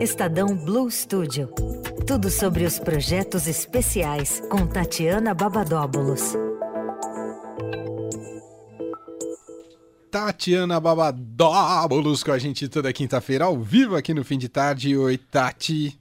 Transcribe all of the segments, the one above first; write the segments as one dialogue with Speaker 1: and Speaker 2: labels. Speaker 1: Estadão Blue Studio. Tudo sobre os projetos especiais com Tatiana Babadóbulos.
Speaker 2: Tatiana Babadóbulos com a gente toda quinta-feira ao vivo aqui no fim de tarde. Oi, Tati.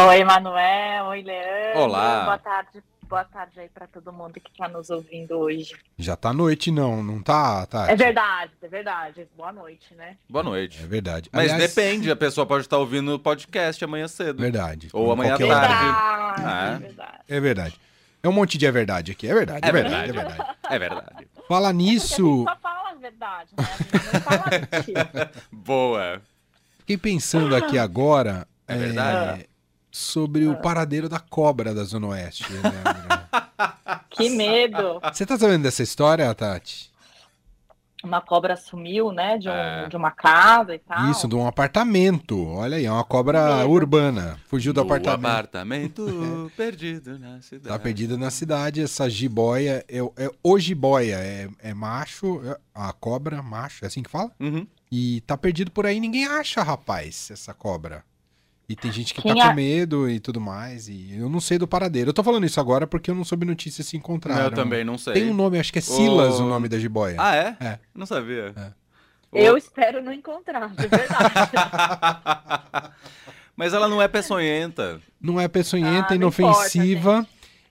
Speaker 3: Oi, Manuel. Oi, Leandro.
Speaker 4: Olá.
Speaker 3: Boa tarde. Boa tarde aí para todo mundo que está nos ouvindo hoje.
Speaker 2: Já tá noite, não, não tá, Tati?
Speaker 3: É verdade, é verdade. Boa noite, né?
Speaker 4: Boa noite.
Speaker 2: É verdade.
Speaker 4: Mas
Speaker 2: Aliás,
Speaker 4: depende, a pessoa pode estar ouvindo o podcast amanhã cedo.
Speaker 2: Verdade.
Speaker 4: Ou amanhã à
Speaker 2: Qualquer
Speaker 4: tarde.
Speaker 2: hora.
Speaker 3: Verdade,
Speaker 4: Ah.
Speaker 3: verdade.
Speaker 2: É verdade. É um monte de é verdade aqui. É verdade, é,
Speaker 4: É
Speaker 2: verdade, é verdade.
Speaker 4: É verdade.
Speaker 2: Fala
Speaker 4: Uh.
Speaker 2: nisso,
Speaker 3: Porque a gente só fala a verdade, né? A gente não fala mentira.
Speaker 4: Boa.
Speaker 2: fiquei pensando aqui agora
Speaker 4: É verdade?
Speaker 2: sobre o paradeiro da cobra da Zona Oeste. Leandro.
Speaker 3: Que medo.
Speaker 2: Você tá sabendo dessa história, Tati?
Speaker 3: Uma cobra sumiu, né? De, um-
Speaker 4: É.
Speaker 3: de uma casa e tal.
Speaker 2: Isso, de um apartamento. Olha aí, é uma cobra
Speaker 3: Medo.
Speaker 2: urbana. Fugiu do
Speaker 4: O
Speaker 2: apartamento. É.
Speaker 4: apartamento perdido na cidade.
Speaker 2: Tá perdida na cidade, essa jiboia. É, é o jiboia, é, é macho, é- a cobra, macho, é assim que fala?
Speaker 4: Uhum.
Speaker 2: E tá perdido por aí, ninguém acha, rapaz, essa cobra. E tem gente que
Speaker 3: Quem
Speaker 2: tá
Speaker 3: a-
Speaker 2: com medo e tudo mais, e eu não sei do paradeiro. Eu tô falando isso agora porque eu não soube notícias se encontraram.
Speaker 4: Eu também não sei.
Speaker 2: Tem um nome, acho que é Silas
Speaker 4: O-
Speaker 2: o nome da jiboia.
Speaker 4: Ah, é?
Speaker 2: É.
Speaker 4: Não sabia.
Speaker 2: É.
Speaker 3: Eu espero não encontrar, de verdade.
Speaker 4: Mas ela não é peçonhenta.
Speaker 2: Não é peçonhenta,
Speaker 3: Ah, não importa,
Speaker 2: inofensiva,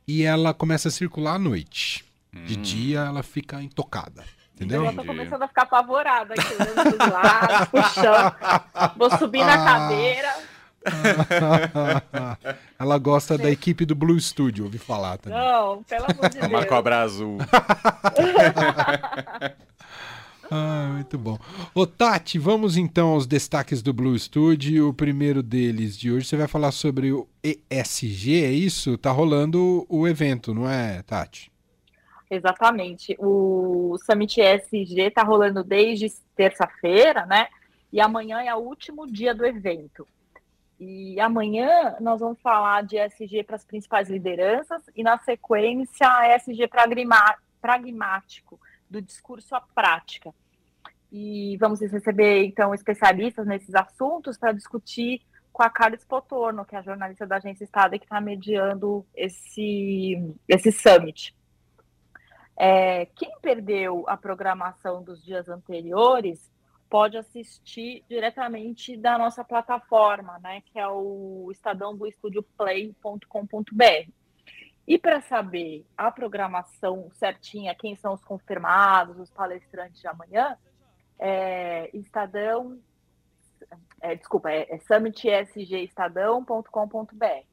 Speaker 2: e ela começa a circular à noite. De
Speaker 4: Hum.
Speaker 2: dia ela fica intocada, entendeu?
Speaker 3: Eu já tô
Speaker 4: Entendi.
Speaker 3: começando a ficar apavorada aqui, olhando dos lados, puxando. Vou subir na
Speaker 2: Ah.
Speaker 3: cadeira.
Speaker 2: Ela gosta da equipe do Blue Studio, ouvi falar também.
Speaker 3: Não, pelo amor de
Speaker 4: É uma
Speaker 3: Deus.
Speaker 4: cobra azul.
Speaker 2: Ah, muito bom. Ô, Tati, vamos então aos destaques do Blue Studio. O primeiro deles de hoje, você vai falar sobre o ESG, é isso? Tá rolando o evento, não é, Tati?
Speaker 3: Exatamente. O Summit ESG tá rolando desde terça-feira, né? E amanhã é o último dia do evento. E amanhã nós vamos falar de ESG para as principais lideranças e, na sequência, ESG pragma- pragmático, do discurso à prática. E vamos receber, então, especialistas nesses assuntos para discutir com a Carlos Potorno, que é a jornalista da Agência Estado que está mediando esse, esse summit. É, quem perdeu a programação dos dias anteriores pode assistir diretamente da nossa plataforma, né, que é o estadãobluestudioplay.com.br. E para saber a programação certinha, quem são os confirmados, os palestrantes de amanhã, é Estadão, é, desculpa, é, é summitsgestadão.com.br.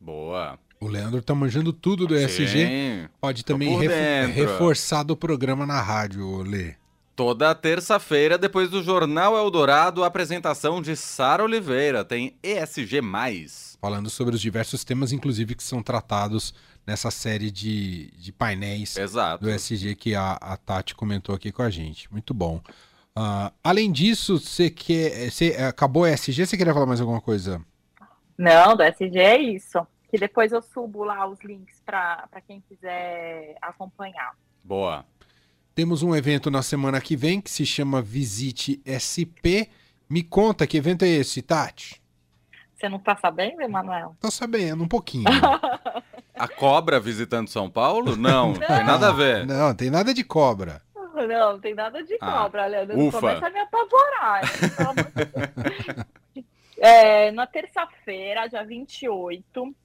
Speaker 4: Boa.
Speaker 2: O Leandro tá manjando tudo do ESG.
Speaker 4: Sim.
Speaker 2: Pode
Speaker 4: Tô
Speaker 2: também
Speaker 4: por
Speaker 2: refo-
Speaker 4: dentro.
Speaker 2: reforçar do programa na rádio, Lê.
Speaker 4: Toda terça-feira, depois do Jornal Eldorado, a apresentação de Sara Oliveira. Tem ESG.
Speaker 2: Falando sobre os diversos temas, inclusive, que são tratados nessa série de, de painéis
Speaker 4: Exato.
Speaker 2: do SG que a, a Tati comentou aqui com a gente. Muito bom. Ah, além disso, você quer. Você, acabou o SG, você queria falar mais alguma coisa?
Speaker 3: Não, do SG é isso. Que depois eu subo lá os links para quem quiser acompanhar.
Speaker 4: Boa.
Speaker 2: Temos um evento na semana que vem que se chama Visite SP. Me conta que evento é esse, Tati?
Speaker 3: Você não tá sabendo, Emanuel?
Speaker 2: Tô sabendo um pouquinho.
Speaker 4: A cobra visitando São Paulo? Não, tem nada a ver.
Speaker 2: Não, tem nada de cobra.
Speaker 3: Não, não tem nada de
Speaker 4: Ah,
Speaker 3: cobra, Leandro.
Speaker 4: ufa.
Speaker 3: Começa a me apavorar. hein? Pelo amor de Deus. É, na terça-feira, dia 28,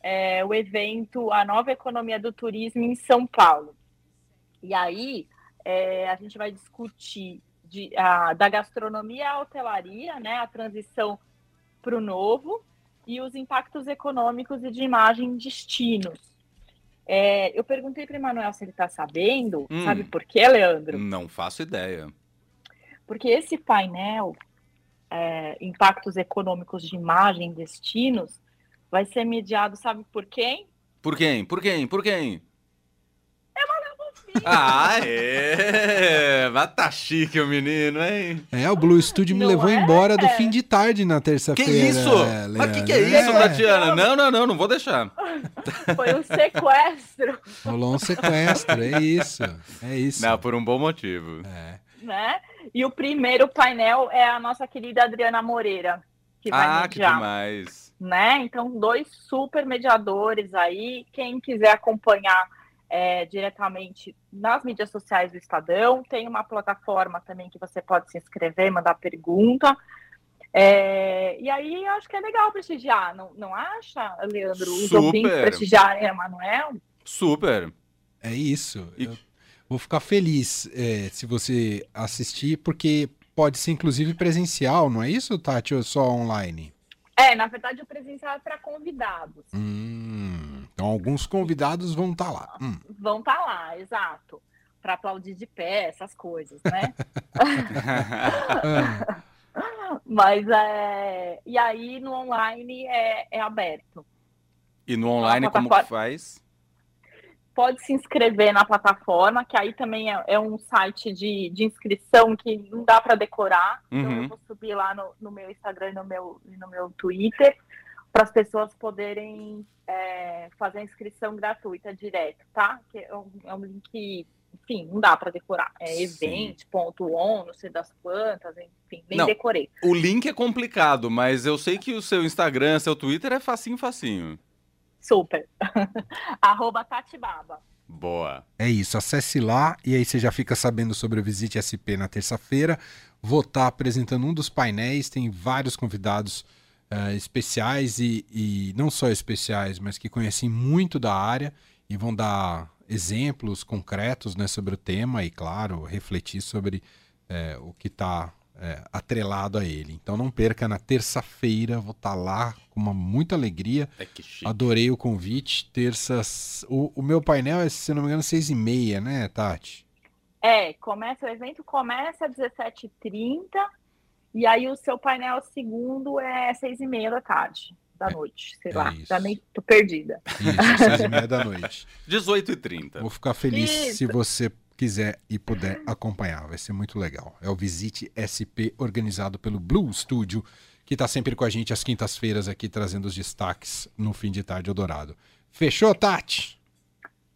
Speaker 3: é, o evento A Nova Economia do Turismo em São Paulo. E aí, é, a gente vai discutir de- a- da gastronomia à hotelaria, né, a transição para o novo e os impactos econômicos e de imagem em destinos. É, eu perguntei para o Emanuel se ele está sabendo.
Speaker 4: Hum.
Speaker 3: Sabe por quê, Leandro?
Speaker 4: Não faço ideia.
Speaker 3: Porque esse painel, é, Impactos Econômicos de Imagem e Destinos, vai ser mediado, sabe por quem?
Speaker 4: Por quem? Por quem? Por quem? Ah, é! Mas tá chique o menino, hein?
Speaker 2: É, o Blue Studio me
Speaker 3: Não
Speaker 2: levou
Speaker 3: é?
Speaker 2: embora do fim de tarde na
Speaker 4: Que
Speaker 2: terça-feira.
Speaker 4: isso?
Speaker 2: é,
Speaker 4: Mas que que é
Speaker 2: Leandro.
Speaker 4: isso,
Speaker 2: É,
Speaker 4: Tatiana? Não, não, não, não vou deixar.
Speaker 3: Foi um sequestro,
Speaker 2: Rolou um sequestro, é isso. É isso.
Speaker 4: Não, por um bom motivo.
Speaker 2: É.
Speaker 3: né? E o primeiro painel é a nossa querida Adriana Moreira, que que vai
Speaker 4: Ah, que
Speaker 3: mediar
Speaker 4: demais.
Speaker 3: né? Então, dois super mediadores aí. Quem quiser acompanhar é, diretamente nas mídias sociais do Estadão, tem uma plataforma também que você pode se inscrever, mandar pergunta. É, e aí, eu acho que é legal prestigiar, não, não acha, Leandro? Os
Speaker 4: Super.
Speaker 3: ouvintes prestigiarem a Manuel?
Speaker 4: Super.
Speaker 2: É isso.
Speaker 4: E-
Speaker 2: Eu vou ficar feliz é, se você assistir, porque pode ser inclusive presencial, não é isso, Tati? Ou só online?
Speaker 3: É, na verdade, o presencial é para convidados.
Speaker 2: Hum, então alguns convidados vão estar lá. Hum.
Speaker 3: Vão estar lá, exato. Para aplaudir de pé, essas coisas, né?
Speaker 2: Ah,
Speaker 3: Mas é. E aí, no online, é, é aberto.
Speaker 4: e no online,
Speaker 3: Uma
Speaker 4: como que
Speaker 3: plataforma-
Speaker 4: faz?
Speaker 3: pode se inscrever na plataforma, que aí também é, é um site de, de inscrição que não dá para decorar. Então
Speaker 4: Uhum.
Speaker 3: eu vou subir lá no, no meu Instagram e no meu, e no meu Twitter para as pessoas poderem é, fazer a inscrição gratuita direto, tá? Que é um, é um link, enfim, não dá para decorar. É
Speaker 4: Sim.
Speaker 3: event.on, não sei das quantas, enfim, nem
Speaker 4: Não.
Speaker 3: decorei.
Speaker 4: O link é complicado, mas eu sei que o seu Instagram, seu Twitter é facinho, facinho.
Speaker 3: Super. Arroba Tatibaba.
Speaker 4: Boa.
Speaker 2: É isso, acesse lá e aí você já fica sabendo sobre o Visite SP na terça-feira. Vou estar apresentando um dos painéis, tem vários convidados ah, especiais e, e não só especiais, mas que conhecem muito da área e vão dar exemplos concretos né, sobre o tema e, claro, refletir sobre eh, o que está atrelado a ele. Então não perca, na terça-feira vou estar lá com uma, muita alegria.
Speaker 4: É que chique.
Speaker 2: Adorei o convite. Terças. O, o meu painel é, se eu não me engano, seis e meia, né, Tati?
Speaker 3: É, começa, o evento começa às 17h30 e aí o seu painel segundo é 6h30 da tarde, da noite, sei
Speaker 2: é
Speaker 3: lá,
Speaker 2: isso.
Speaker 3: já meio tô perdida.
Speaker 2: Isso, seis e meia da noite.
Speaker 4: 18 e 30.
Speaker 2: Vou ficar feliz
Speaker 3: Isso.
Speaker 2: se você quiser e puder acompanhar. Vai ser muito legal. É o Visite SP, organizado pelo Blue Studio, que está sempre com a gente às quintas-feiras aqui, trazendo os destaques no fim de tarde Eldorado. Fechou, Tati?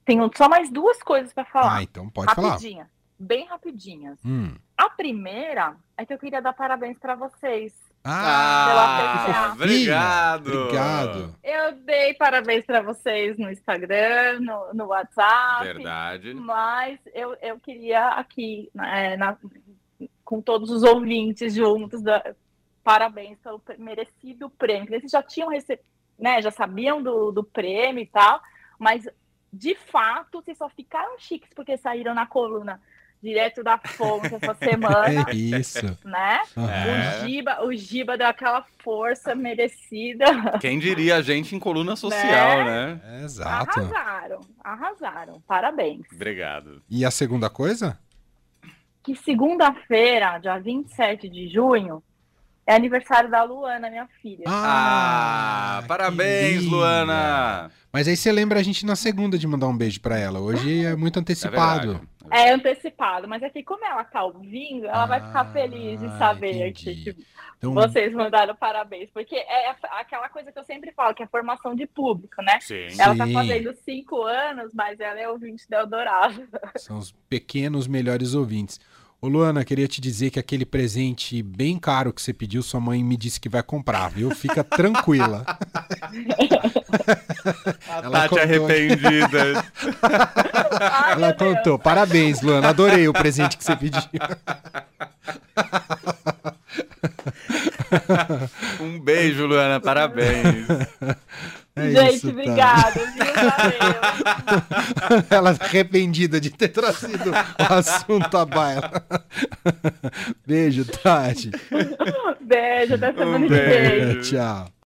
Speaker 3: Tenho só mais duas coisas para
Speaker 2: Ah,
Speaker 3: falar,
Speaker 2: então pode falar.
Speaker 3: rapidinha, bem rapidinhas.
Speaker 2: Hum.
Speaker 3: A primeira é que eu queria dar parabéns para vocês.
Speaker 4: Ah,
Speaker 3: Ah,
Speaker 2: pela terceira.
Speaker 4: obrigado.
Speaker 2: Obrigado.
Speaker 3: Eu dei parabéns para vocês no Instagram, no, no
Speaker 4: Ah,
Speaker 3: WhatsApp,
Speaker 4: Verdade.
Speaker 3: mas eu, eu queria aqui, né, na- com todos os ouvintes juntos, da- parabéns pelo pre- merecido prêmio. Eles já tinham recebido, né, já sabiam do, do prêmio e tal, mas de fato vocês só ficaram chiques porque saíram na coluna direto da fonte essa semana,
Speaker 2: É isso.
Speaker 3: né?
Speaker 2: Aham.
Speaker 4: É.
Speaker 3: O Giba, o Giba deu aquela força merecida.
Speaker 4: Quem diria a gente em coluna social, né?
Speaker 2: Exato.
Speaker 3: Arrasaram, arrasaram. Parabéns.
Speaker 4: Obrigado.
Speaker 2: E a segunda coisa?
Speaker 3: que segunda-feira, dia 27 de junho, é aniversário da Luana, minha filha.
Speaker 4: Ah,
Speaker 2: que
Speaker 4: parabéns,
Speaker 2: linda.
Speaker 4: Luana.
Speaker 2: Mas aí você lembra a gente na segunda de mandar um beijo pra ela. Hoje é muito
Speaker 4: É
Speaker 2: antecipado.
Speaker 4: verdade.
Speaker 3: É antecipado, mas é que como ela tá ouvindo, ela vai
Speaker 2: Ah,
Speaker 3: ficar feliz de saber que,
Speaker 2: entendi.
Speaker 3: que
Speaker 2: então,
Speaker 3: vocês mandaram parabéns. Porque é a- aquela coisa que eu sempre falo, que é formação de público, né?
Speaker 4: Sim.
Speaker 3: Ela tá
Speaker 2: Sim.
Speaker 3: fazendo cinco anos, mas ela é ouvinte da Eldorado.
Speaker 2: são os pequenos melhores ouvintes. Ô Luana, queria te dizer que aquele presente bem caro que você pediu, sua mãe me disse que vai comprar, viu? Fica tranquila.
Speaker 4: A
Speaker 2: Ela
Speaker 4: Tati
Speaker 2: contou.
Speaker 4: arrependida.
Speaker 3: Ai,
Speaker 2: Ela
Speaker 3: meu Deus.
Speaker 2: contou. Parabéns, Luana. Adorei o presente que você pediu.
Speaker 4: um beijo, Luana. Parabéns.
Speaker 2: É
Speaker 3: Gente,
Speaker 2: isso, tá.
Speaker 3: obrigada, viu? Valeu.
Speaker 2: Ela arrependida de ter trazido o assunto à baila. Beijo, Tati.
Speaker 3: Beijo, até semana
Speaker 4: Um
Speaker 3: que vem.
Speaker 4: beijo.
Speaker 2: Tchau.